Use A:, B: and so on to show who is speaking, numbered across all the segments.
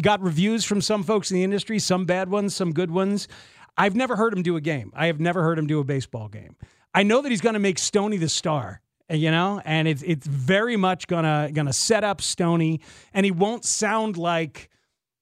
A: got reviews from some folks in the industry, some bad ones, some good ones. I've never heard him do a game. I have never heard him do a baseball game. I know that he's going to make Stoney the star, you know, and it's it's very much gonna gonna set up Stoney, and he won't sound like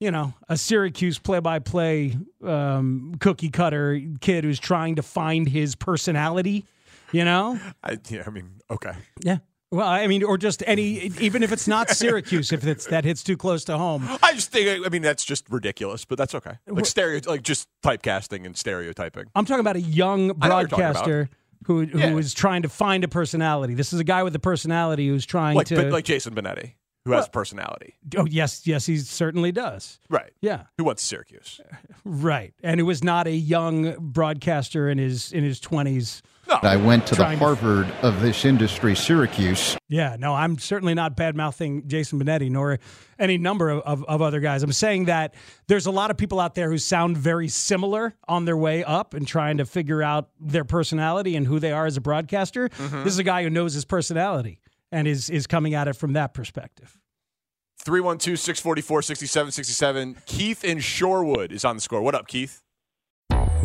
A: you know a Syracuse play-by-play um, cookie cutter kid who's trying to find his personality, you know.
B: I, yeah, I mean, okay.
A: Yeah. Well, I mean, or just any, even if it's not Syracuse, if it's that hits too close to home.
B: I just think, I mean, that's just ridiculous, but that's okay. Like stereo, like just typecasting and stereotyping.
A: I'm talking about a young
B: I know what you're talking
A: broadcaster who who is
B: Yeah.
A: trying to find a personality. This is a guy with a personality who's trying
B: Like,
A: to.
B: but like Jason Benetti, who has personality,
A: oh yes, yes, he certainly does.
B: right?
A: Yeah,
B: Who wants Syracuse?
A: right. And it was not a young broadcaster in his in his twenties.
C: I went to the
A: Trying to-
C: Harvard of this industry, Syracuse.
A: Yeah, no, I'm certainly not bad mouthing Jason Benetti nor any number of, of, of other guys. I'm saying that there's a lot of people out there who sound very similar on their way up and trying to figure out their personality and who they are as a broadcaster. This is a guy who knows his personality and is is coming at it from that perspective.
B: 312 644 6767. Keith in Shorewood is on the score. What up, Keith?